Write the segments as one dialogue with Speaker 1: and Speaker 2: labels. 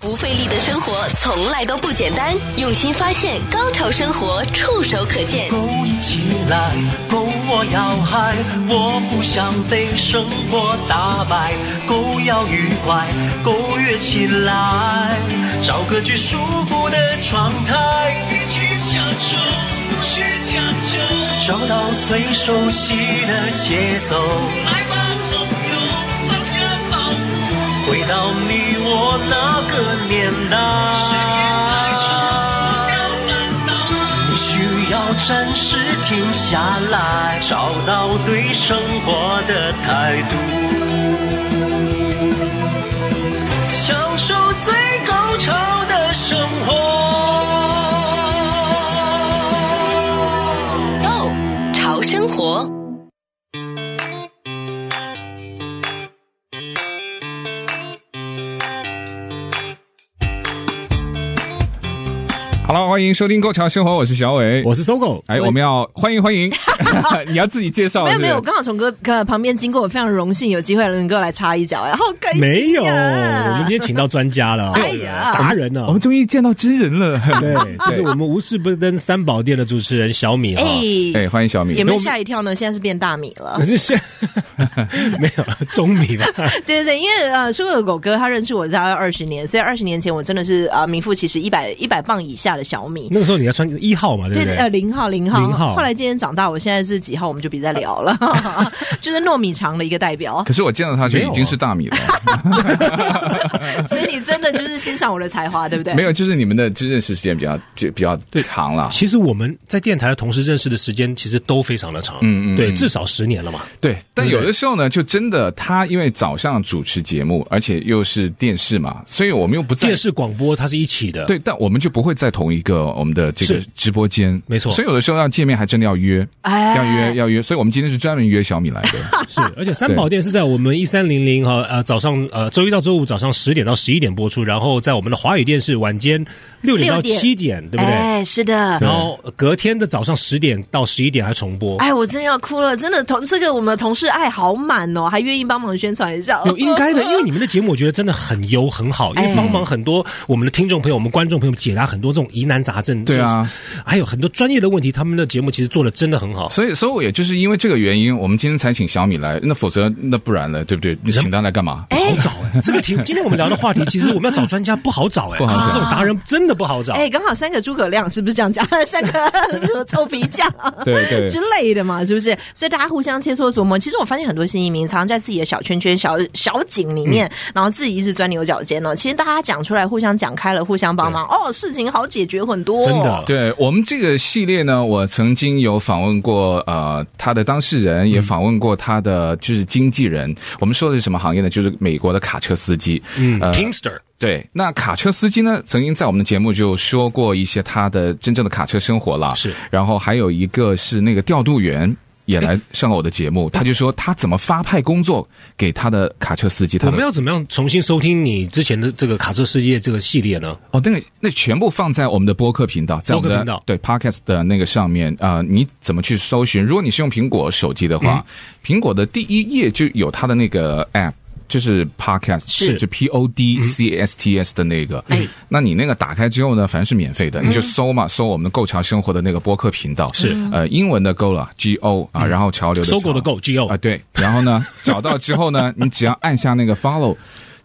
Speaker 1: 不费力的生活从来都不简单，用心发现，高潮生活触手可见
Speaker 2: 勾一起来，勾我要嗨，我不想被生活打败，勾要愉快，勾跃起来，找个最舒服的状态，一起享受，不需强求，找到最熟悉的节奏，来吧，朋友，放下包袱，回到你我那个年代。时间太长，你需要暂时停下来，找到对生活的态度，享受最高潮的生活。
Speaker 1: ，Go 潮生活。
Speaker 3: 哦
Speaker 4: 好了，欢迎收听《购潮生活》，我是小伟。
Speaker 3: 我是搜狗，
Speaker 4: 哎，我们要欢迎欢迎， 你要自己介绍
Speaker 5: 没有没有，
Speaker 4: 是
Speaker 5: 我
Speaker 4: 不是
Speaker 5: 刚好从哥哥旁边经过，我非常荣幸有机会能够来插一哎脚，然后开心、啊。
Speaker 3: 没有，我们今天请到专家了，
Speaker 5: 哎呀
Speaker 3: 达人呢
Speaker 4: 我，们终于见到真人了。
Speaker 3: 对，就是我们无事不登三宝殿的主持人小米哈。
Speaker 5: 哎，
Speaker 4: 哎，欢迎小米
Speaker 5: 有。没有吓一跳呢？现在是变大米了
Speaker 3: 可。是现没有中米吧？
Speaker 5: 对对对，因为呃，说狗狗他认识我大概二十年，所以二十年前我真的是啊、呃名副其实一百一百磅以下的小米。
Speaker 3: 那个时候你要穿一号嘛，对不
Speaker 5: 对呃，
Speaker 3: 对？
Speaker 5: 零号零号，
Speaker 3: 零号
Speaker 5: 后来今天长大，我现在是几号，我们就别再聊了， 就是糯米肠的一个代表。
Speaker 4: 可是我见到他就
Speaker 3: 没有
Speaker 4: 已
Speaker 3: 啊
Speaker 4: 经是大 米了，
Speaker 5: 所以你真的就是欣赏我的才华，对不对？
Speaker 4: 没有，就是你们的就认识时间比较就比较长了。
Speaker 3: 其实我们在电台的同事认识的时间其实都非常的长，
Speaker 4: 嗯嗯嗯
Speaker 3: 对，至少十年了嘛。
Speaker 4: 对，但
Speaker 3: 对不对
Speaker 4: 有的时候呢，就真的他因为早上主持节目，而且又是电视嘛，所以我们又不在
Speaker 3: 电视广播它是一起的，，
Speaker 4: 对，但我们就不会在同一个我们的这个
Speaker 3: 是
Speaker 4: 直播间，
Speaker 3: 没错
Speaker 4: 所以有的时候要见面，还真的要约，
Speaker 5: 哎
Speaker 4: 要约要约。所以我们今天是专门约小米来的。
Speaker 3: 是，
Speaker 5: 啊
Speaker 3: 而且三宝殿是在我们一三零零哈呃早上呃周一到周五早上十点到十一点播出，然后在我们的华语电视晚间六点到
Speaker 5: 六点
Speaker 3: 七点，对不对？
Speaker 5: 哎，是的，
Speaker 3: 然后隔天的早上十点到十一点还重播。
Speaker 5: 哎，我真的要哭了，真的同这个我们同事爱好满哦，还愿意帮忙宣传一下。
Speaker 3: 有应该的，因为你们的节目我觉得真的很优很好，因为
Speaker 5: 哎
Speaker 3: 帮忙很多我们的听众朋友、我们观众朋友解答很多这种疑难杂症。
Speaker 4: 对啊
Speaker 3: 就是，还有很多专业的问题，他们的节目其实做的真的很好。
Speaker 4: 所以，所以我也就是因为这个原因，我们今天才请小米来。那否则，那不然了，对不对？你请他来干 嘛？
Speaker 3: 好找哎，这个题今天我们聊的话题，其实我们要找专家不好找哎，
Speaker 4: 不好找
Speaker 3: 就是这种达人真的不好找。
Speaker 5: 哎，刚好三个诸葛亮是不是这样 讲？三个什么臭皮匠啊？
Speaker 4: 对对
Speaker 5: 之类的嘛，是不是？所以大家互相切磋琢磨。其实我发现很多新移民常常在自己的小圈圈、小小井里面，
Speaker 3: 嗯
Speaker 5: 然后自己一直钻牛角尖哦。其实大家讲出来，互相讲开了，互相帮忙，哦，事情好解决很多、
Speaker 3: 真的，
Speaker 4: 对我们这个系列呢，我曾经有访问过呃他的当事人，
Speaker 3: 嗯
Speaker 4: 也访问过他的就是经纪人。我们说的是什么行业呢？就是美国的卡车司机。
Speaker 3: 嗯
Speaker 4: 呃
Speaker 3: ，Kingster
Speaker 4: 对，那卡车司机呢，曾经在我们的节目就说过一些他的真正的卡车生活了。
Speaker 3: 是
Speaker 4: 然后还有一个是那个调度员。也来上了我的节目，他就说他怎么发派工作给他的卡车司机，他
Speaker 3: 我
Speaker 4: 的
Speaker 3: 们要怎么样重新收听你之前的这个卡车世界这个系列呢？
Speaker 4: 哦，那个那全部放在我们的播客频道，在我们的
Speaker 3: 播客频道
Speaker 4: 对 Podcast 的那个上面啊、呃你怎么去搜寻？如果你是用苹果手机的话，
Speaker 3: 嗯
Speaker 4: 苹果的第一页就有它的那个 App。就是 podcast
Speaker 3: 是嗯
Speaker 4: 就 p o d c s t s 的那个，
Speaker 5: 哎
Speaker 4: 那你那个打开之后呢，反正是免费的，你就搜嘛，搜我们的“购潮生活”的那个播客频道，
Speaker 3: 是嗯
Speaker 4: 呃英文的“购”了 g o 啊，然后潮流的
Speaker 3: 搜狗的
Speaker 4: 潮
Speaker 3: Go G O
Speaker 4: 啊，对。然后呢， 找到之后呢，你只要按下那个 follow。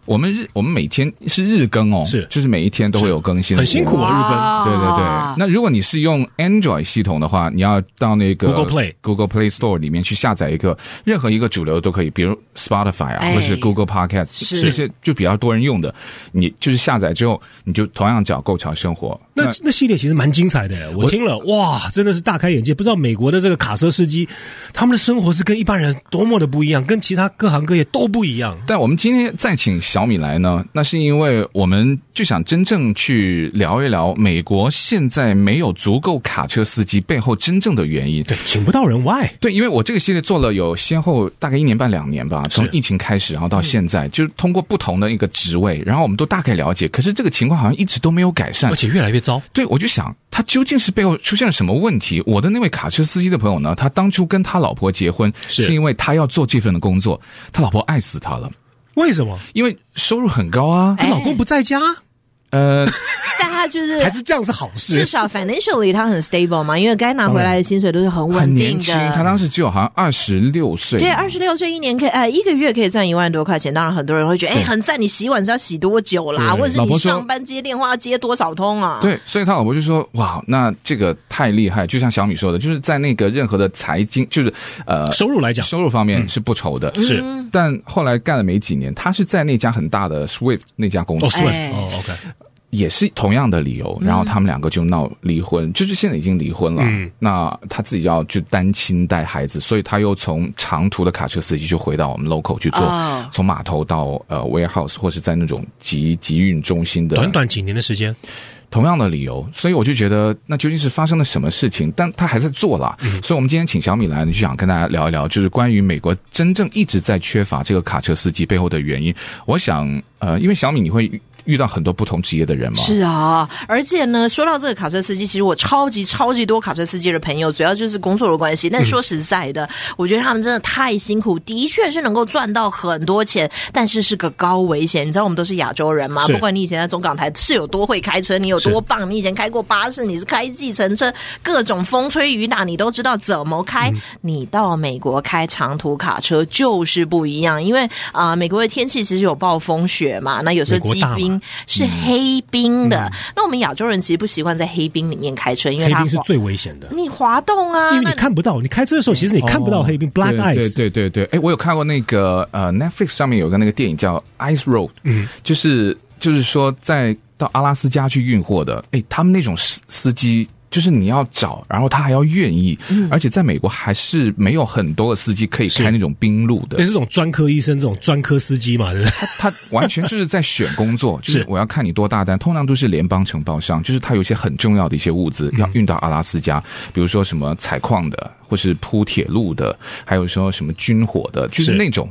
Speaker 4: 我们日我们每天是日更哦，
Speaker 3: 是
Speaker 4: 就是每一天都会有更新的，
Speaker 3: 很辛苦啊，
Speaker 4: 对对对。那如果你是用 Android 系统的话，你要到那个
Speaker 3: Google Play
Speaker 4: Google Play Store 里面去下载一个任何一个主流都可以，比如 Spotify 啊，
Speaker 5: 哎
Speaker 4: 或是 Google Podcast
Speaker 5: 是
Speaker 4: 这些就比较多人用的。你就是下载之后，你就同样找“购潮生活”。
Speaker 3: 那那系列其实蛮精彩的，我听了哇，真的是大开眼界。不知道美国的这个卡车司机，他们的生活是跟一般人多么的不一样，跟其他各行各业都不一样。
Speaker 4: 但我们今天再请小米来呢，那是因为我们就想真正去聊一聊美国现在没有足够卡车司机背后真正的原因。
Speaker 3: 对，请不到人 why？
Speaker 4: 对，因为我这个系列做了有先后大概一年半两年吧，从疫情开始，然后到现
Speaker 3: 嗯
Speaker 4: 在，就是通过不同的一个职位，然后我们都大概了解。可是这个情况好像一直都没有改善
Speaker 3: 而，且越来越糟。
Speaker 4: 对，我就想他究竟是背后出现了什么问题？我的那位卡车司机的朋友呢，他当初跟他老婆结婚
Speaker 3: 是
Speaker 4: 是因为他要做这份的工作，他老婆爱死他了，
Speaker 3: 为什么？
Speaker 5: 哎
Speaker 4: 因为收入很高啊。
Speaker 3: 她老公不在家，
Speaker 4: 呃，
Speaker 5: 但他就是
Speaker 3: 还是这样是好
Speaker 5: 至
Speaker 3: 事。
Speaker 5: 少 financially 他很 stable 嘛，因为该拿回来的薪水都是很
Speaker 4: 很
Speaker 5: 哎稳定
Speaker 4: 年轻，他
Speaker 5: 的。
Speaker 4: 当时只有好像二十六岁，
Speaker 5: 对，二十六岁一年可以，呃，一个月可以赚一万多块钱。当然，很多人会觉得，哎，很赞，你洗碗是要洗多久啦？
Speaker 3: 对
Speaker 5: 或者是
Speaker 4: 老
Speaker 5: 你
Speaker 4: 婆说
Speaker 5: 上班接电话要接多少通啊？
Speaker 4: 对，所以他老婆就说：“哇，那这个太厉害！就像小米说的，就是在那个任何的财经，就是呃
Speaker 3: 收入来讲
Speaker 4: 收入方面是不愁的。
Speaker 3: 嗯是
Speaker 5: 嗯
Speaker 4: 但后来干了没几年，他是在那家很大的 Swift 那家公
Speaker 3: 哦
Speaker 4: 司，
Speaker 5: 哎
Speaker 3: ，Swift 哦，OK，
Speaker 4: 也是同样的理由，然后他们两个就闹离婚，就是现在已经离婚了。
Speaker 3: 嗯
Speaker 4: 那他自己要去单亲带孩子，所以他又从长途的卡车司机就回到我们 local 去做，
Speaker 5: 哦
Speaker 4: 从码头到呃 warehouse 或是在那种集集运中心的
Speaker 3: 短短几年的时间，
Speaker 4: 同样的理由，所以我就觉得那究竟是发生了什么事情？但他还在做啦，所以我们今天请小米来，呢，就想跟大家聊一聊，就是关于美国真正一直在缺乏这个卡车司机背后的原因。我想，呃，因为小米你会遇遇到很多不同职业的人嘛，
Speaker 5: 是啊，而且呢，说到这个卡车司机，其实我超级超级多卡车司机的朋友，主要就是工作的关系。但说实在的，
Speaker 3: 嗯
Speaker 5: 我觉得他们真的太辛苦，的确是能够赚到很多钱，但是是个高危险。你知道我们都是亚洲人嘛，
Speaker 3: 是
Speaker 5: 不管你以前在中港台是有多会开车，你有多棒，你以前开过巴士，你是开计程车，各种风吹雨打你都知道怎么开。
Speaker 3: 嗯
Speaker 5: 你到美国开长途卡车就是不一样，因为啊、美国的天气其实有暴风雪嘛，那有时
Speaker 3: 美
Speaker 5: 候
Speaker 3: 国
Speaker 5: 积
Speaker 3: 大嘛
Speaker 5: 冰。
Speaker 3: 嗯
Speaker 5: 是黑冰的。那我们亚洲人其实不习惯在黑冰里面开车，因为
Speaker 3: 黑
Speaker 5: 它
Speaker 3: 冰是
Speaker 5: 滑
Speaker 3: 最危险的，
Speaker 5: 你滑动啊，
Speaker 3: 因为
Speaker 5: 那
Speaker 3: 你看不到，你开车的时候其实你看不到黑冰
Speaker 4: 哦对
Speaker 3: ，black eyes。
Speaker 4: 对对对对，哎，我有看过那个呃 Netflix 上面有个那个电影叫《Ice Road》，嗯，就是就是说在到阿拉斯加去运货的，哎，他们那种司司机。就是你要找，然后他还要愿意，
Speaker 3: 嗯
Speaker 4: 而且在美国还是没有很多的司机可以开那种冰路的
Speaker 3: 那。是这种专科医生、这种专科司机嘛，对不对？
Speaker 4: 他完全就是在选工作，就是我要看你多大单。通常都是联邦承包商，就是他有一些很重要的一些物资要运到阿拉斯加，比如说什么采矿的，或是铺铁路的，还有说什么军火的，就是
Speaker 3: 是
Speaker 4: 那种。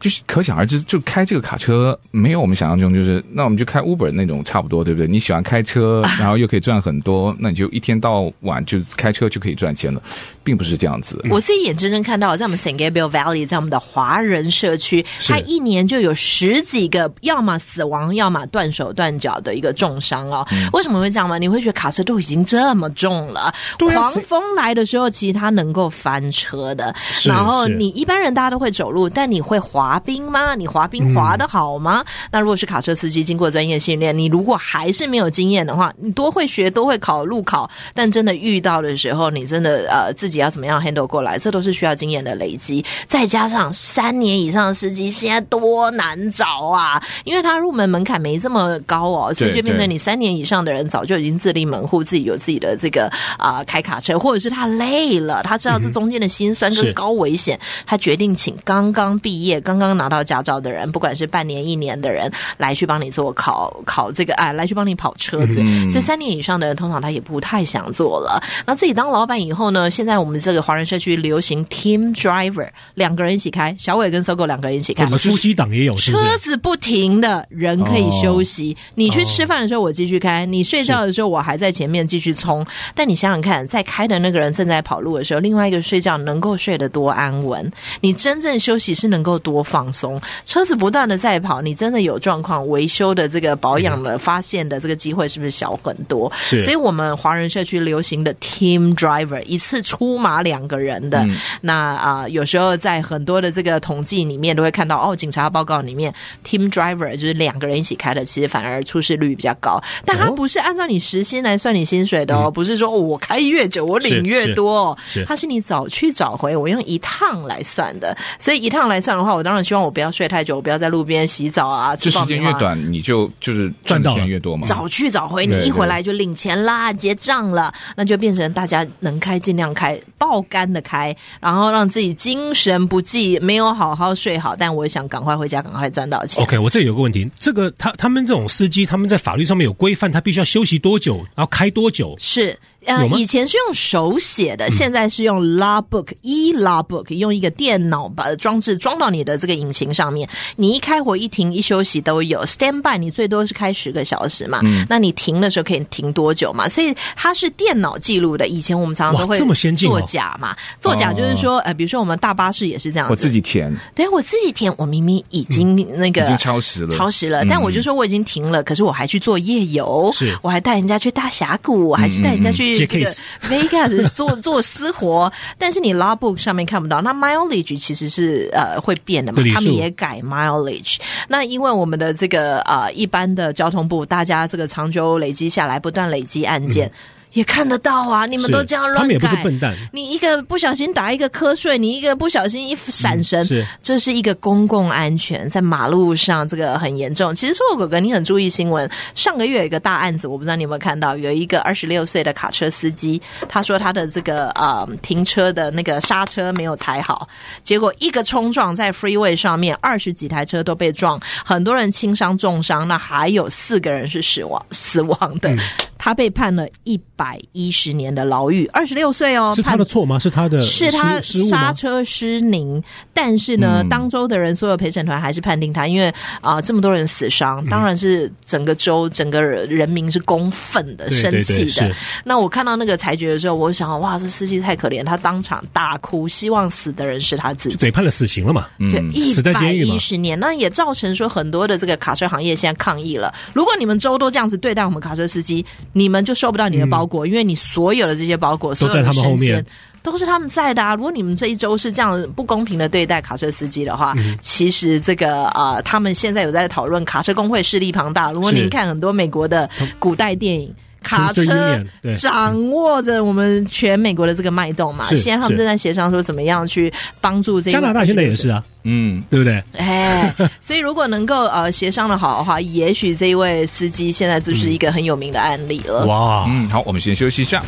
Speaker 4: 就是可想而知，就开这个卡车没有我们想象中，就是那我们就开 Uber 那种差不多，对不对？你喜欢开车，然后又可以赚很多，那你就一天到晚就开车就可以赚钱了，并不是这样子。
Speaker 5: 我自己眼睁睁看到，在我们 San Gabriel Valley，在我们的华人社区，它一年就有十几个，要么死亡，要么断手断脚的一个重伤哦。
Speaker 3: 嗯
Speaker 5: 为什么会这样吗？你会觉得卡车都已经这么重了，
Speaker 3: 对啊
Speaker 5: 狂
Speaker 3: 谁
Speaker 5: 风来的时候，其实它能够翻车的。
Speaker 3: 是
Speaker 5: 然后
Speaker 3: 是
Speaker 5: 你一般人大家都会走路，但你会滑冰吗？你滑冰滑得好吗？那如果是卡车司机，经过专业训练，你如果还是没有经验的话，你多会学，多会考路考，但真的遇到的时候，你真的呃自己要怎么样 handle 过来，这都是需要经验的累积。再加上三年以上的司机现在多难找啊，因为他入门门槛没这么高哦，所以
Speaker 4: 对
Speaker 5: 就变
Speaker 4: 对
Speaker 5: 成你三年以上的人早就已经自立门户，自己有自己的这个啊、开卡车，或者是他累了，他知道这中间的辛酸
Speaker 3: 是
Speaker 5: 跟高危险，他决定请刚刚毕业、刚刚拿到驾照的人，不管是半年、一年的人，来去帮你做考考这个啊，来去帮你跑车子。所以三年以上的人，通常他也不太想做了。那自己当老板以后呢，现在我们这个华人社区流行 team driver，两个人一起开，小伟跟搜狗两个人一起开
Speaker 3: 我。们夫妻档也有，是不哦是
Speaker 5: 车？子不停的，人可以休息。你去吃饭的时候我继续开，你睡觉的时候我还在前面继续
Speaker 3: 哦
Speaker 5: 冲。但你想想看，在开的那个人正在跑路的时候，另外一个睡觉能够睡得多安稳？你真正休息是能够多放松。车子不断的在跑，你真的有状况维修的这个保养的、发现的这个机会是不是小很多？
Speaker 3: 嗯是
Speaker 5: 所以我们华人社区流行的 team driver，一次出马两个人的。
Speaker 3: 嗯
Speaker 5: 那啊、有时候在很多的这个统计里面都会看到，哦，警察报告里面 team driver 就是两个人一起开的，其实反而出事率比较高。但它不是按照你时薪来算你薪水的哦，不是说、哦我开越久我领越多哦，
Speaker 3: 嗯是是是
Speaker 5: 它是你早去早回，我用一趟来算的。所以一趟来算的话，我当然希望我不要睡太久，我不要在路边洗澡啊，
Speaker 4: 这
Speaker 5: 吃
Speaker 4: 时
Speaker 5: 爆米
Speaker 4: 间越
Speaker 5: 花
Speaker 4: 短，你就就是赚
Speaker 3: 赚
Speaker 4: 的
Speaker 3: 到
Speaker 4: 钱
Speaker 3: 了
Speaker 4: 越多嘛。
Speaker 5: 早去早回，
Speaker 4: 对
Speaker 5: 你一回来就领钱啦，结账了，那就变成大家能开尽量开，爆肝的开，然后让自己精神不济，没有好好睡好。但我想赶快回家，赶快赚到钱。
Speaker 3: OK，我这里有个问题，这个他他们这种司机，他们在法律上面有规范，他必须要休息多久，然后开多久，
Speaker 5: 是呃
Speaker 3: 有，吗
Speaker 5: 以前是用手写
Speaker 4: 嗯
Speaker 5: 的，现在是用 logbook e logbook，用一个电脑把装置装到你的这个引擎上面。你一开火、一停、一休息都有 stand by，你最多是开十个小时嘛。
Speaker 4: 嗯
Speaker 5: 那你停的时候可以停多久嘛？所以它是电脑记录的。以前我们常常都
Speaker 3: 哇
Speaker 5: 会
Speaker 3: 这么先
Speaker 4: 啊
Speaker 3: 进哦
Speaker 5: 作假嘛，作假就是说，呃，比如说我们大巴士也是这样子，
Speaker 4: 哦我自己填，
Speaker 5: 对我自己填，我明明已经那个、
Speaker 4: 已经超时了
Speaker 5: 超时
Speaker 3: 嗯
Speaker 5: 了，但我就说我已经停了，可是我还去做夜游，
Speaker 3: 是
Speaker 5: 我还带人家去大峡谷，我还去带人家去
Speaker 3: 接
Speaker 5: 这个
Speaker 3: 嗯 case
Speaker 5: Vegas 做 做私活，但是你 logbook 上面看不到，那 mileage 其实是呃会变的嘛
Speaker 3: 对，
Speaker 5: 他
Speaker 3: 礼
Speaker 5: 们
Speaker 3: 数
Speaker 5: 也改 mileage。那因为我们的这个呃一般的交通部，大家这个长久累积下来，不断累积案件。也看得到啊！你们
Speaker 3: 嗯是
Speaker 5: 都这样乱改，
Speaker 3: 他们也不是笨蛋
Speaker 5: 你一个不小心打一个瞌睡，你一个不小心一闪神，
Speaker 3: 是
Speaker 5: 这是一个公共安全，在马路上这个很严重。其实，我哥哥，你很注意新闻。上个月有一个大案子，我不知道你有没有看到，有一个二十六岁的卡车司机，他说他的这个呃停车的那个刹车没有踩好，结果一个冲撞在 freeway 上面，二十几台车都被撞，很多人轻伤重伤，那还有四个人是死亡死亡的。他被判了一百一十年的牢狱，二十六岁哦，
Speaker 3: 是他
Speaker 5: 判
Speaker 3: 的错吗？是他的
Speaker 5: 是他
Speaker 3: 失失误
Speaker 5: 刹
Speaker 3: 吗？嗯
Speaker 5: 车失灵，但是呢，当州的人所有陪审团还是判定他，因为啊、这么多人死
Speaker 3: 嗯
Speaker 5: 伤，当然是整个州、整个人民是公愤的、
Speaker 3: 对
Speaker 5: 生
Speaker 3: 对
Speaker 5: 气
Speaker 3: 对
Speaker 5: 的
Speaker 3: 是。
Speaker 5: 那我看到那个裁决的时候，我想哇，这司机太可怜，他当场大哭，希望死的人是他自己。
Speaker 3: 得判了死刑了嘛？
Speaker 5: 对，一
Speaker 3: 死在
Speaker 5: 百
Speaker 3: 监狱嘛
Speaker 5: 一十年，那也造成说很多的这个卡车行业现在抗议了。如果你们州都这样子对待我们卡车司机，你们就收不到你的包裹，因为你所有的这些包裹
Speaker 3: 都在他们后面。
Speaker 5: 所有的生鲜都是他们在的啊！如果你们这一周是这样不公平的对待卡车司机的啊话，
Speaker 3: 嗯
Speaker 5: 其实这个呃，他们现在有在讨论卡车工会势力庞大。如果
Speaker 3: 是
Speaker 5: 您看很多美国的古代电影，卡车
Speaker 3: Teamster Union，对
Speaker 5: 掌握着我们全美国的这个脉动嘛，
Speaker 3: 是
Speaker 5: 现在他们
Speaker 3: 是
Speaker 5: 正在协商说怎么样去帮助这个
Speaker 3: 加拿大现在也是啊，
Speaker 4: 嗯，
Speaker 3: 对不对？
Speaker 5: 哎，所以如果能够呃协商的好的话，也许这一位司机现在就是一个很有名的案例了。
Speaker 3: 哇，
Speaker 4: 嗯，好，我们先休息一下。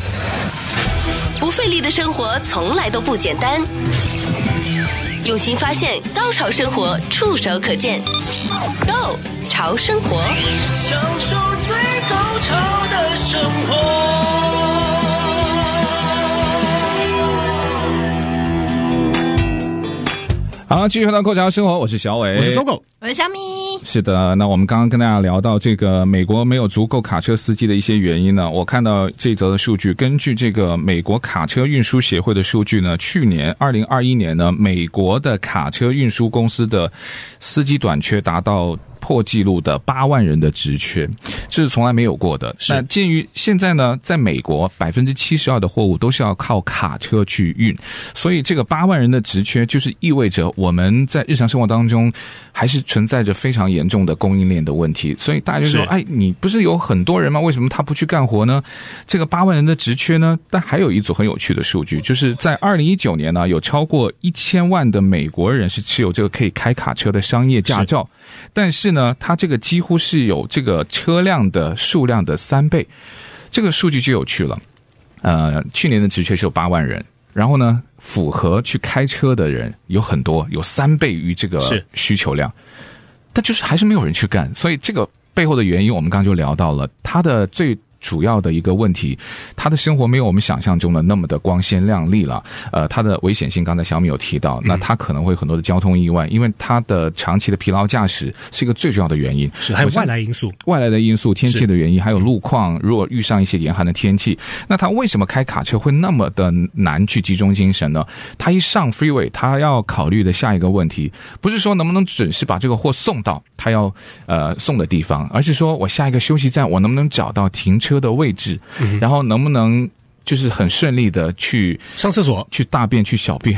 Speaker 1: 不费力的生活从来都不简单。用心发现，高潮生活触手可见 Go 潮生活，
Speaker 2: 享受最高潮的生活。
Speaker 4: 好，继续回到《扣桥生活》，我是小伟，
Speaker 3: 我是搜狗，
Speaker 5: 我是小米，
Speaker 4: 是的，那我们刚刚跟大家聊到这个美国没有足够卡车司机的一些原因呢。我看到这则的数据，根据这个美国卡车运输协会的数据呢，去年二零二一年呢，美国的卡车运输公司的司机短缺达到。破纪录的八万人的职缺，嗯这是从来没有过的。那鉴于现在呢，在美国百分之七十二的货物都是要靠卡车去运，所以这个八万人的职缺，就是意味着我们在日常生活当中还是存在着非常严重的供应链的问题。所以大家就说：“
Speaker 3: 是
Speaker 4: 哎，你不是有很多人吗？为什么他不去干活呢？”这个八万人的职缺呢，但还有一组很有趣的数据，就是在二零一九年呢，有超过一千万的美国人是持有这个可以开卡车的商业驾照，但是呢，它这个几乎是有这个车辆的数量的三倍，这个数据就有趣了。呃，去年的职缺是有八万人，然后呢，符合去开车的人有很多，有三倍于这个
Speaker 3: 是
Speaker 4: 需求量，但就是还是没有人去干，所以这个背后的原因我们刚刚就聊到了，他的最。主要的一个问题，他的生活没有我们想象中的那么的光鲜亮丽了。呃，他的危险性，刚才小米有提到，
Speaker 3: 嗯
Speaker 4: 那他可能会有很多的交通意外，因为他的长期的疲劳驾驶是一个最重要的原因。
Speaker 3: 是还有
Speaker 4: 我相
Speaker 3: 外来因素，
Speaker 4: 外来的因素、天气的原因，还有路况，如果遇上一些严寒的天气，那他为什么开卡车会那么的难去集中精神呢？他一上 freeway，他要考虑的下一个问题，不是说能不能准时把这个货送到他要呃送的地方，而是说我下一个休息站我能不能找到停车的位置，然后能不能就是很顺利的去
Speaker 3: 上厕所
Speaker 4: 去大便、去小便。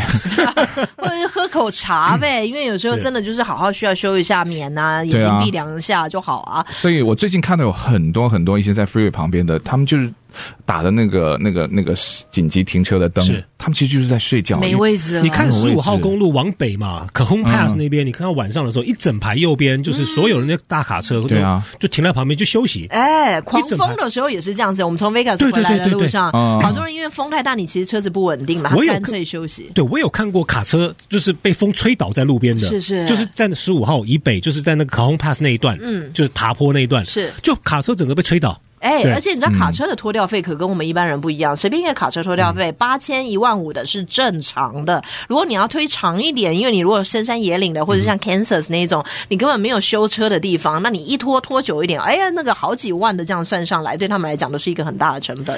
Speaker 5: 或者是喝口茶呗，因为有时候
Speaker 3: 是
Speaker 5: 真的 就是好好需要休一下眠呐、眼
Speaker 4: 对啊
Speaker 5: 睛闭两下就好啊。
Speaker 4: 所以我最近看到有很多很多一些在 freeway 旁边的，他们就是打的那个那个那个紧急停车的灯
Speaker 3: 是，
Speaker 4: 他们其实就是在睡觉。
Speaker 5: 没位置了，
Speaker 3: 你看
Speaker 4: 有
Speaker 3: 十
Speaker 4: 位
Speaker 3: 五
Speaker 4: 置
Speaker 3: 号公路往北嘛，可
Speaker 4: 嗯
Speaker 3: 轰 pass 那边，你看到晚上的时候，一整排右边就是所有人的大卡车，
Speaker 4: 对啊，
Speaker 3: 就停在旁边就休息。
Speaker 5: 哎，狂
Speaker 3: 一整
Speaker 5: 风
Speaker 3: 排
Speaker 5: 的时候也是这样子。我们从 Vegas
Speaker 3: 对对
Speaker 5: 回来的
Speaker 3: 对对
Speaker 5: 路上，
Speaker 4: 对嗯
Speaker 5: 好多人因为风太大，你其实车子不稳定嘛，他
Speaker 3: 我有
Speaker 5: 干
Speaker 3: 看
Speaker 5: 脆休息。
Speaker 3: 对，我有看过卡车，就是被风吹倒在路边的，
Speaker 5: 是是
Speaker 3: 就是在十五号以北，就是在那个卡轰 pass 那一段，嗯，就是爬坡那一段，
Speaker 5: 是
Speaker 3: 就卡车整个被吹倒，
Speaker 5: 哎
Speaker 3: 对，
Speaker 5: 而且你知道卡车的拖吊费可跟我们一般人不一样，随便一个卡车拖吊费八千一万五的是正常的。如果你要推长一点，因为你如果深山野岭的，或者像 Kansas 那一种，你根本没有修车的地方，那你一拖拖久一点，哎呀，那个好几万的这样算上来，对他们来讲都是一个很大的成本，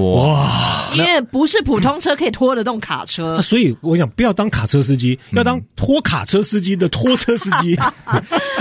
Speaker 4: 哇，
Speaker 5: 因为不是普通车可以拖得动卡 车
Speaker 3: 啊那。所以我想，不要当卡车司机，要当拖卡车司机的拖车司 机，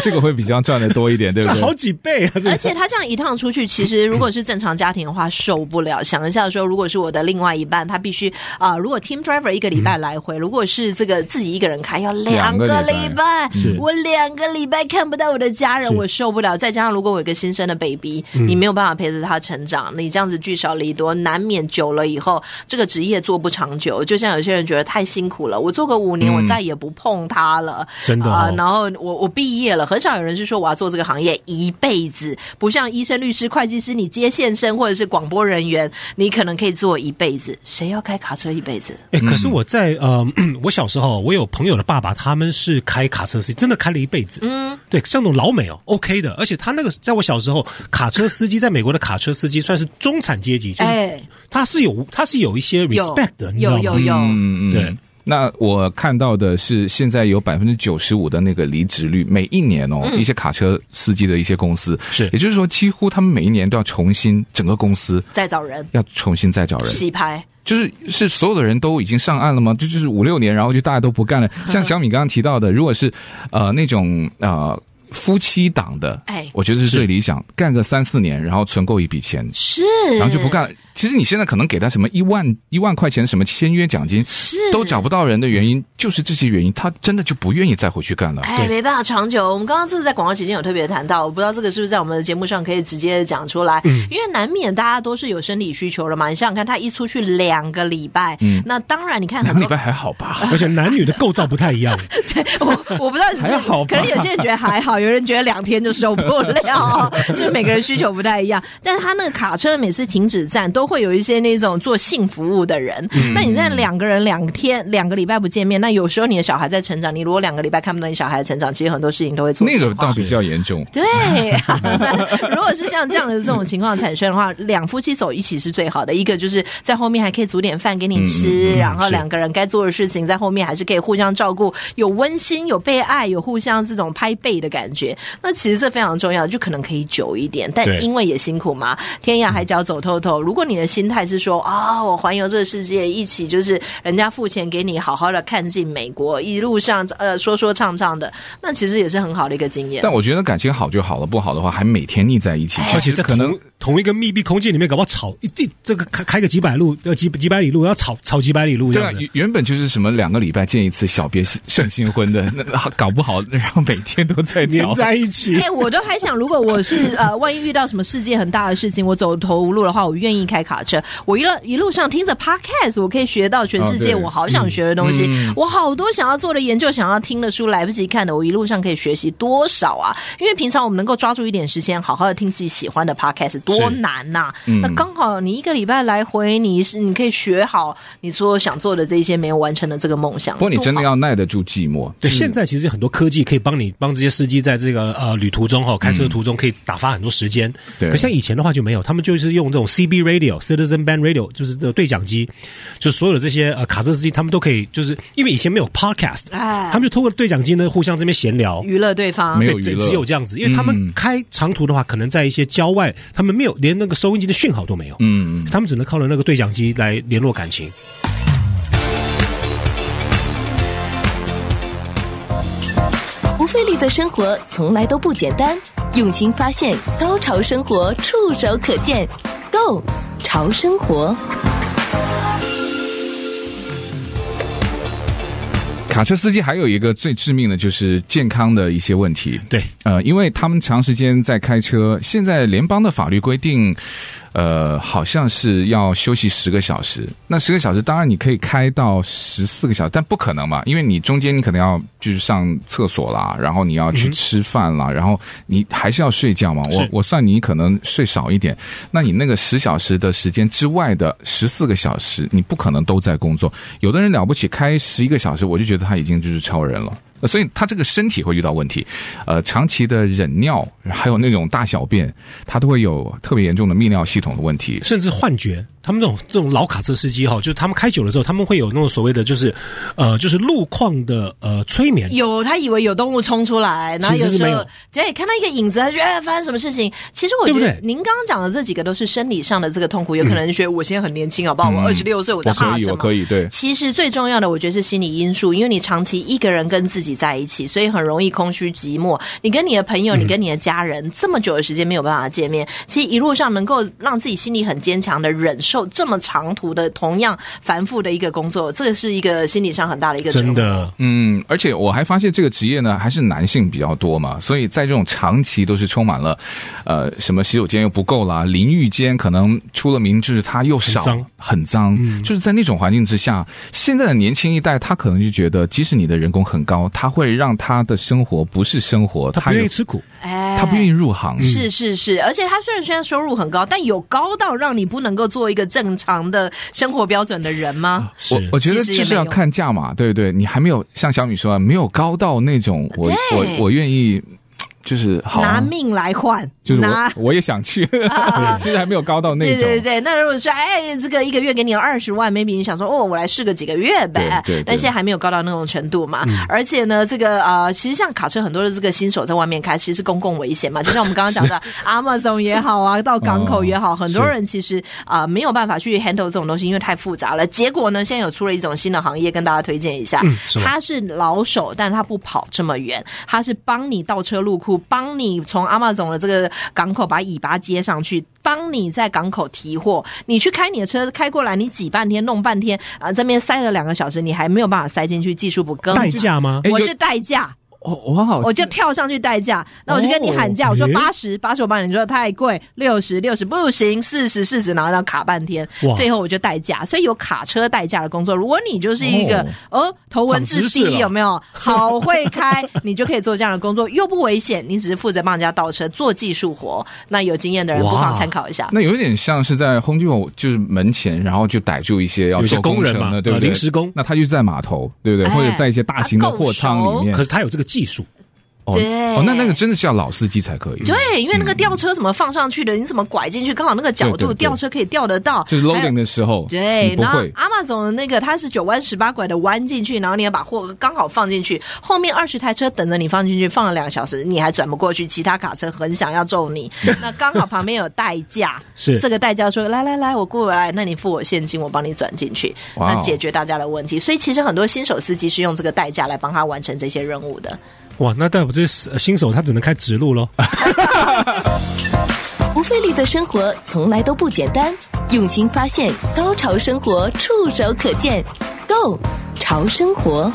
Speaker 4: 这个会比较赚的多一点，对
Speaker 3: 这
Speaker 4: 不对？
Speaker 3: 好几倍啊！这 个
Speaker 5: 而且他这样一趟出去，其实如果是正常家庭的话，受不了。想一下说，如果是我的另外一半，他必须啊、如果 team driver 一个礼拜来回，如果是这个自己一个人开，要两个
Speaker 4: 两个
Speaker 5: 礼
Speaker 4: 礼
Speaker 5: 拜
Speaker 3: 是，
Speaker 5: 我两个礼拜看不到我的家人，我受不了。再加上如果我有一个新生的 baby，你没有办法陪着他成长，你这样子聚少离多，难免久了以后，这个职业做不长久。就像有些人觉得太辛苦了，我做个五年，我再也不碰他了。
Speaker 3: 真的哦
Speaker 5: 啊、然后我我毕业了，很少有人是说我要做这个行业一辈子，不像医生、律师、会计师，你接线生或者是广播人员，你可能可以做一辈子。谁要开卡车一辈子？
Speaker 3: 哎、可是我在呃， 我小时候我有朋友的爸爸，他们是开卡车司机，真的开了一辈子。嗯，对，像那种老美哦，OK 的。而且他那个，在我小时候，卡车司机在美国的卡车司机算是中产阶级，就是、
Speaker 5: 哎
Speaker 3: 他是有他是有一些
Speaker 5: 有
Speaker 3: respect 的，你知道
Speaker 5: 有有
Speaker 3: 吗？
Speaker 5: 有，
Speaker 4: 嗯嗯，
Speaker 3: 对。
Speaker 4: 那我看到的是，现在有百分之九十五的那个离职率，每一年哦，一些卡车司机的一些公司
Speaker 3: 是
Speaker 4: 也就是说，几乎他们每一年都要重新整个公司
Speaker 5: 再找人
Speaker 4: 要重新再找人，
Speaker 5: 洗牌。
Speaker 4: 就是是所有的人都已经上岸了吗？就就是五六年，然后就大家都不干 了。像小米刚刚提到的，如果是呃那种呃夫妻档的，
Speaker 5: 哎
Speaker 4: 我觉得是最理想，干个三四年，然后存够一笔钱，
Speaker 5: 是，
Speaker 4: 然后就不干了。其实你现在可能给他什么一万一万块钱什么签约奖金，
Speaker 5: 是
Speaker 4: 都找不到人的原因就是这些原因，他真的就不愿意再回去干了。
Speaker 5: 哎，没办法长久。我们刚刚这个在广告期间有特别谈到，我不知道这个是不是在我们的节目上可以直接讲出来，
Speaker 3: 嗯
Speaker 5: 因为难免大家都是有生理需求的嘛。你想想看，他一出去两个礼拜，
Speaker 3: 嗯
Speaker 5: 那当然你 看
Speaker 4: 两
Speaker 5: 很
Speaker 4: 个礼
Speaker 5: 多
Speaker 4: 拜还好吧？
Speaker 3: 而且男女的构造不太一样，
Speaker 5: 对我我不知道你是
Speaker 4: 还好
Speaker 5: 可
Speaker 4: 吧
Speaker 5: 能有些人觉得还好，有人觉得两天就受不了， 就是每个人需求不太一样。但是他那个卡车每次停止站都会有一些那种做性服务的人，
Speaker 4: 嗯
Speaker 5: 那你在两个人两天两个礼拜不见面，那有时候你的小孩在成长，你如果两个礼拜看不到你小孩的成长，其实很多事情都会做
Speaker 4: 那个
Speaker 5: 变化
Speaker 4: 倒比较严 重。
Speaker 5: 对，那如果是像这样的这种情况产生的话，两夫妻走一起是最好的。一个就是在后面还可以煮点饭给你吃，然后两个人该做的事情在后面还是可以互相照顾，有温馨，有被爱，有互相这种拍背的感觉。那其实这非常重要，就可能可以久一点，但
Speaker 3: 对
Speaker 5: 因为也辛苦嘛，天涯海角走透透。如果你的心态是说啊、我环游这个世界，一起就是人家付钱给你，好好的看尽美国，一路上呃说说唱唱的，那其实也是很好的一个经验。
Speaker 4: 但我觉得感情好就好了，不好的话还每天腻在一
Speaker 5: 哎
Speaker 4: 起，
Speaker 3: 而且在
Speaker 4: 可能
Speaker 3: 同同一个密闭空间里面，搞不好吵一地，这个开开个几百路呃几几百里路，要吵吵几百里路这
Speaker 4: 对
Speaker 3: 样
Speaker 4: 啊
Speaker 3: 子，。
Speaker 4: 原原本就是什么两个礼拜见一次小别胜新婚的，那那搞不好然后每天都在
Speaker 3: 粘
Speaker 4: 聊。
Speaker 3: 在一起
Speaker 5: 哎、，我都还想，如果我 是呃，万一遇到什么世界很大的事情，我走投无路的话，我愿意开卡车。我一路一路上听着 podcast，我可以学到全世界
Speaker 4: 啊对
Speaker 5: 我好想学的东西，
Speaker 4: 嗯
Speaker 5: 我好多想要做的研究、想要听的书，来不及看的，我一路上可以学习多少啊！因为平常我们能够抓住一点时间，好好的听自己喜欢的 podcast，多
Speaker 3: 是
Speaker 5: 难呐、
Speaker 4: 嗯
Speaker 5: 那刚好你一个礼拜来回，你是你可以学好你所想做的这一些没有完成的这个梦想。
Speaker 4: 不过你真的
Speaker 5: 多好
Speaker 4: 要耐得住寂寞，
Speaker 3: 对，现在其实很多科技可以帮你帮这些司机在这个呃旅途中哈、开车途中可以打发很多时间。
Speaker 4: 对
Speaker 3: 可像以前的话就没有，他们就是用这种 CB radio、Citizen Band Radio，就是这个对讲机，就所有的这些呃卡车司机他们都可以，就是因为以前没有 podcast，
Speaker 5: 哎
Speaker 3: 他们就通过对讲机呢互相这边闲聊。
Speaker 5: 娱乐对方
Speaker 4: 没，有
Speaker 3: 哎对，
Speaker 4: 娱
Speaker 3: 只
Speaker 4: 乐嗯
Speaker 3: 只有这样子，因为他们开长途的话，可能在一些郊外，他们没有连那个收音机的讯号都没有，
Speaker 4: 嗯，
Speaker 3: 他们只能靠着那个对讲机来联络感情。
Speaker 1: 不费力的生活从来都不简单，用心发现，高潮生活触手可见 g o 潮生活，
Speaker 4: 卡车司机还有一个最致命的就是健康的一些问题。
Speaker 3: 对，
Speaker 4: 呃，因为他们长时间在开车，现在联邦的法律规定，呃，好像是要休息十个小时。那十个小时，当然你可以开到十四个小时，但不可能嘛，因为你中间你可能要就是上厕所啦，然后你要去吃饭啦，然后你还是要睡觉嘛。我
Speaker 3: 是
Speaker 4: 我算你可能睡少一点，那你那个十小时的时间之外的十四个小时，你不可能都在工作。有的人了不起开十一个小时，我就觉得他已经就是超人了。呃所以他这个身体会遇到问题，呃，长期的忍尿，还有那种大小便，他都会有特别严重的泌尿系统的问题。
Speaker 3: 甚至幻觉。他们这种这种老卡车司机哈，就是他们开久了之后，他们会有那种所谓的就是，呃，就是路况的呃催眠。
Speaker 5: 有，他以为有动物冲出来，然后
Speaker 3: 其实是
Speaker 5: 时
Speaker 3: 没
Speaker 5: 候
Speaker 3: 有
Speaker 5: 对看到一个影子，他觉得、哎、发生什么事情。其实我觉
Speaker 3: 对不
Speaker 5: 得
Speaker 3: 对
Speaker 5: 您刚刚讲的这几个都是生理上的这个痛苦，有可能觉得我现在很年轻，好不好？我二十六岁，我在
Speaker 4: 我可
Speaker 5: 怕
Speaker 4: 以，
Speaker 5: 什
Speaker 4: 我
Speaker 5: 么？
Speaker 4: 可以，对。
Speaker 5: 其实最重要的，我觉得是心理因素，因为你长期一个人跟自己在一起，所以很容易空虚寂寞。你跟你的朋友，你跟你的家人、这么久的时间没有办法见面，其实一路上能够让自己心理很坚强的忍受这么长途的同样繁复的一个工作，这个是一个心理上很大的一个折
Speaker 3: 真
Speaker 5: 磨。
Speaker 3: 的，
Speaker 4: 嗯，而且我还发现这个职业呢，还是男性比较多嘛，所以在这种长期都是充满了，呃，什么洗手间又不够啦，淋浴间可能出了名就是它又少，
Speaker 3: 很脏嗯
Speaker 4: 很脏就是在那种环境之下，现在的年轻一代他可能就觉得，即使你的人工很高，他会让他的生活不是生活，
Speaker 3: 他
Speaker 4: 他
Speaker 3: 不愿
Speaker 4: 有
Speaker 3: 意吃苦。
Speaker 5: 哎
Speaker 4: 他不愿意入行，
Speaker 5: 是是是，而且他虽然现在收入很高，但有高到让你不能够做一个正常的生活标准的人吗？
Speaker 4: 我
Speaker 3: 是
Speaker 4: 我觉得
Speaker 5: 其实也
Speaker 4: 就是要
Speaker 5: 没有
Speaker 4: 看价码，对不对？你还没有像小米说的，没有高到那种我
Speaker 5: 对
Speaker 4: 我我愿意，就是好啊
Speaker 5: 拿命来换，
Speaker 4: 就是
Speaker 5: 拿啊
Speaker 4: 我我也想去， 其实还没有高到那
Speaker 5: 对
Speaker 4: 种。
Speaker 5: 对对，那如果说哎，这个一个月给你二十万，maybe 你想说哦，我来试个几个月呗，
Speaker 4: 对对对嗯
Speaker 5: 但现在还没有高到那种程度嘛。而且呢，这个呃，其实像卡车很多的这个新手在外面开，其实是公共危险嘛，就像我们 刚刚讲的 Amazon 也好啊，到港口也好，很多人其实啊、呃没有办法去 handle 这种东西，因为太复杂了。结果呢，现在有出了一种新的行业，跟大家推荐一下，
Speaker 4: 嗯
Speaker 3: 什么
Speaker 5: 它是老手，但它不跑这么远，它是帮你倒车入库，帮你从 Amazon 的这个港口把尾巴接上去，帮你在港口提货。你去开你的车开过来，你挤半天弄半天啊、这边塞了两个小时，你还没有办法塞进去，技术不够。
Speaker 3: 代驾吗？
Speaker 4: 哎
Speaker 5: 我
Speaker 4: 就是
Speaker 5: 代驾，
Speaker 4: 哦，哇好，
Speaker 5: 我就跳上去代驾，那我就跟你喊价，
Speaker 3: 哦
Speaker 5: 我说
Speaker 3: 诶
Speaker 5: 八十，八十我帮你说太贵，六十，六十不行，四十，四十，然后让卡半天
Speaker 3: 哇，
Speaker 5: 最后我就代驾，所以有卡车代驾的工作。如果你就是一个哦头文字
Speaker 3: 长知识
Speaker 5: D
Speaker 3: 了
Speaker 5: 有没有好会开，你就可以做这样的工作，又不危险，你只是负责帮人家倒车做技术活。那有经验的人不
Speaker 3: 哇
Speaker 5: 妨参考一下。
Speaker 4: 那有点像是在 Home Depot 就是门前，然后就逮住一些要
Speaker 3: 有一些
Speaker 4: 做
Speaker 3: 工人
Speaker 4: 程
Speaker 3: 嘛
Speaker 4: 的，对不
Speaker 3: 呃
Speaker 4: 对？
Speaker 3: 临时工
Speaker 4: 那他就在码头，对不对？
Speaker 5: 哎
Speaker 4: 或者在一些大型的
Speaker 5: 他够
Speaker 4: 货仓里
Speaker 5: 熟
Speaker 4: 面
Speaker 3: 可。是他有这个技术，
Speaker 4: 哦
Speaker 5: 对
Speaker 4: 哦，那那个真的是要老司机才可以。
Speaker 5: 对，因为那个吊车怎么放上去的，你怎么拐进去，刚好那个角
Speaker 4: 对对
Speaker 5: 度
Speaker 4: 对
Speaker 5: 吊车可以吊得到，
Speaker 4: 就是
Speaker 5: 还有
Speaker 4: loading 的时候，
Speaker 5: 对
Speaker 4: 你，嗯不
Speaker 5: 然后
Speaker 4: 会。
Speaker 5: 阿玛总的那个它是九弯十八拐的弯进去，然后你要把货刚好放进去，后面二十台车等着你放进去，放了两个小时你还转不过去，其他卡车很想要揍 你，那刚好旁边有代驾，
Speaker 3: 是
Speaker 5: 这个代驾说来来来，我过来，那你付我现金，我帮你转进去，
Speaker 4: 哇哦
Speaker 5: 那解决大家的问题。所以其实很多新手司机是用这个代驾来帮他完成这些任务的。
Speaker 3: 哇，那代表这是呃新手他只能开直路喽。
Speaker 4: 哎
Speaker 1: 不费力的生活从来都不简单，用心发现，高潮生活触手可见 g o 潮生活，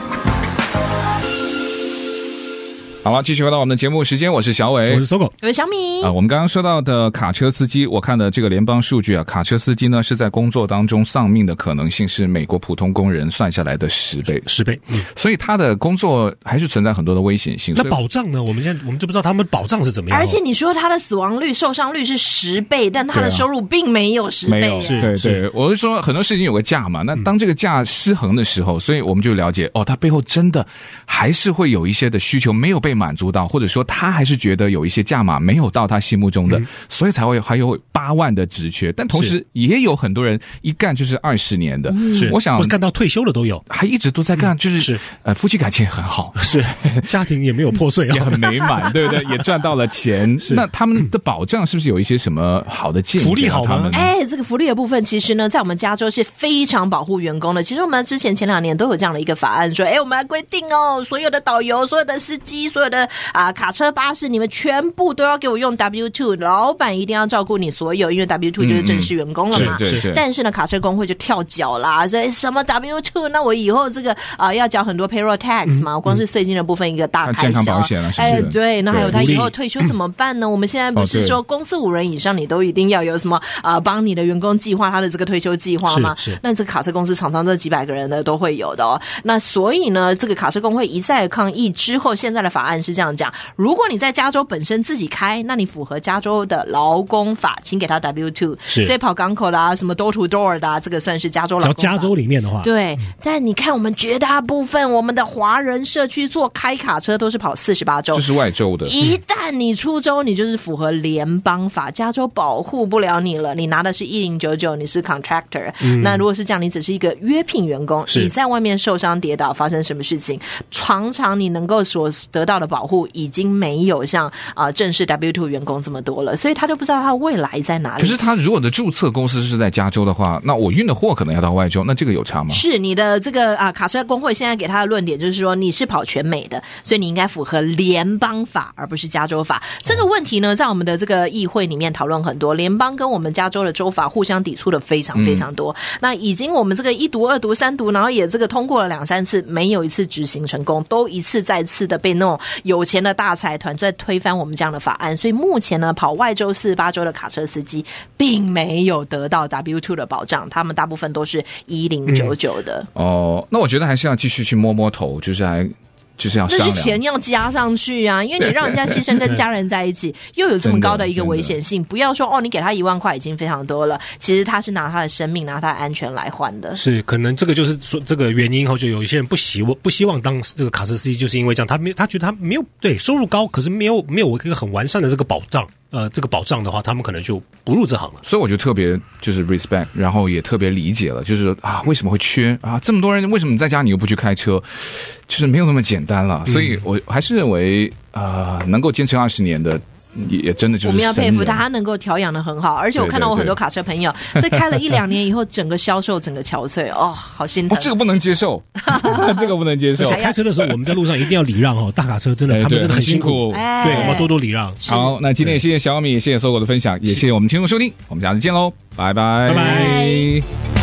Speaker 4: 好了，继续回到我们的节目时间，我是小伟，
Speaker 3: 我是搜狗，
Speaker 5: 有小米
Speaker 4: 啊、，我们刚刚说到的卡车司机，我看的这个联邦数据啊，卡车司机呢是在工作当中丧命的可能性是美国普通工人算下来的十倍，
Speaker 3: 十倍。嗯
Speaker 4: 所以他的工作还是存在很多的危险性。
Speaker 3: 那
Speaker 4: 所以
Speaker 3: 保障呢？我们现在我们就不知道他们保障是怎么样哦。
Speaker 5: 而且你说他的死亡率、受伤率是十倍，但他
Speaker 4: 对啊
Speaker 5: 的收入并没有十倍啊
Speaker 4: 没
Speaker 5: 耶、
Speaker 4: 有，
Speaker 3: 是
Speaker 4: 对对，我是说很多事情有个价嘛，那当这个价失衡的时候，所以我们就了解哦，他背后真的还是会有一些的需求没有被满足到，或者说他还是觉得有一些价码没有到他心目中的，所以才会还有八万的职缺，但同时
Speaker 3: 是嗯
Speaker 4: 也有很多人一干就是二十年的，
Speaker 3: 是，
Speaker 4: 我想
Speaker 3: 或者干到退休了都有，
Speaker 4: 还一直都在干，就是
Speaker 3: 是
Speaker 4: 呃夫妻感情很好，
Speaker 3: 是家庭也没有破碎
Speaker 4: 也
Speaker 3: 啊。
Speaker 4: 很美满，对不对？也赚到了 钱。那他们的保障是不是有一些什么好的建议？
Speaker 3: 福利好吗
Speaker 4: 他们呢
Speaker 5: 哎，这个福利的部分，其实呢，在我们加州是非常保护员工的。其实我们之前前两年都有这样的一个法案，说，哎，我们来规定哦，所有的导游、所有的司机、所有的啊、卡车、巴士，你们全部都要给我用 W two，老板一定要照顾你所有，因为 W two 就是正式员工了
Speaker 3: 是
Speaker 5: 嘛。
Speaker 4: 对
Speaker 3: 是
Speaker 4: 对。
Speaker 5: 但是呢，卡车工会就跳脚啦，说哎什么 W two，那我以后这个啊、要缴很多 payroll tax 嘛，光是税金的部分一个大
Speaker 4: 嗯啊
Speaker 5: 开
Speaker 4: 健康
Speaker 5: 销。
Speaker 4: 保险啊是不是
Speaker 5: 哎，对，那还有
Speaker 4: 对
Speaker 5: 他
Speaker 3: 福利
Speaker 5: 以后退休怎么办呢？我们现在不
Speaker 4: 哦
Speaker 5: 是
Speaker 4: 对
Speaker 5: 说公司五人以上，你都一定要有什么啊、帮你的员工计划他的这个退休计划吗？
Speaker 3: 是是
Speaker 5: 那这个卡车公司常常这几百个人的都会有的哦。那所以呢，这个卡车工会一再抗议之后，现在的法案案是这样讲：如果你在加州本身自己开，那你符合加州的劳工法，请给他 W two。
Speaker 3: 是
Speaker 5: 所以跑港口啦，什么 door to door 的、啊，这个算是加州劳
Speaker 3: 只
Speaker 5: 工
Speaker 3: 要
Speaker 5: 法。
Speaker 3: 加州啊嗯里面的话，
Speaker 5: 对，但你看我们绝大部分我们的华人社区做开卡车都是跑四十八州
Speaker 4: 这。是外州的，
Speaker 5: 一旦你出州，你就是符合联邦法，加州保护不了你了。你拿的是一零九九，你是 contractor、那
Speaker 4: 嗯
Speaker 5: 如果是这样，你只是一个约聘员工，
Speaker 3: 是
Speaker 5: 你在外面受伤跌倒，发生什么事情，常常你能够所得到的保护已经没有像啊、呃正式 W two 员工这么多了，所以他就不知道他的未来在哪里。
Speaker 4: 可是他如果的注册公司是在加州的话，那我运的货可能要到外州，那这个有差吗？
Speaker 5: 是你的这个啊，卡车工会现在给他的论点就是说，你是跑全美的，所以你应该符合联邦法，而不是加州法。这个问题呢，在我们的这个议会里面讨论很多，联邦跟我们加州的州法互相抵触的非常非常多。那已经我们这个一读、二读、三读，然后也这个通过了两三次，没有一次执行成功，都一次再次的被那种有钱的大财团在推翻我们这样的法案。所以目前呢，跑外州四十八州的卡车司机并没有得到 W two 的保障，他们大部分都是一零九九的。
Speaker 4: 哦，那我觉得还是要继续去摸摸头，就是还就是要商
Speaker 5: 那是
Speaker 4: 量。
Speaker 5: 钱要加上去啊，因为你让人家牺牲跟家人在一起，又有这么高的一个危险性，不要说哦，你给他一万块已经非常多了，其实他是拿他的生命、拿他的安全来换的。
Speaker 3: 是，可能这个就是说这个原因后，就有一些人不希望不希望当这个卡车司机，就是因为这样，他没有他觉得他没有对收入高，可是没有没有一个很完善的这个保障，呃，这个保障的话，他们可能就不入这行了。
Speaker 4: 所以我就特别就是 respect，然后也特别理解了，就是啊，为什么会缺啊？这么多人，为什么你在家你又不去开车？就是没有那么简单了。所
Speaker 3: 嗯
Speaker 4: 以我还是认为，呃，能够坚持二十年的，也也真的就是
Speaker 5: 我们要佩
Speaker 4: 神
Speaker 5: 服
Speaker 4: 人
Speaker 5: 他，他能够调养的很好，而且我看到我很多卡车朋友，这开了一两年以后，整个销售、整个憔悴，哦，好心
Speaker 4: 哦
Speaker 5: 疼。，
Speaker 4: 这个不能接 受，这个不能接受
Speaker 3: 而。且开车的时候，我们在路上一定要礼让哦，大卡车真的
Speaker 4: 哎
Speaker 3: 他们
Speaker 4: 对
Speaker 3: 真的很辛苦，
Speaker 4: 很辛苦
Speaker 5: 哎
Speaker 3: 对，我们要多多礼让。
Speaker 4: 好，那今天也谢谢小米，谢谢搜狗的分享，也谢谢我们听众收听，我们下次见喽，拜拜，
Speaker 3: 拜
Speaker 5: 拜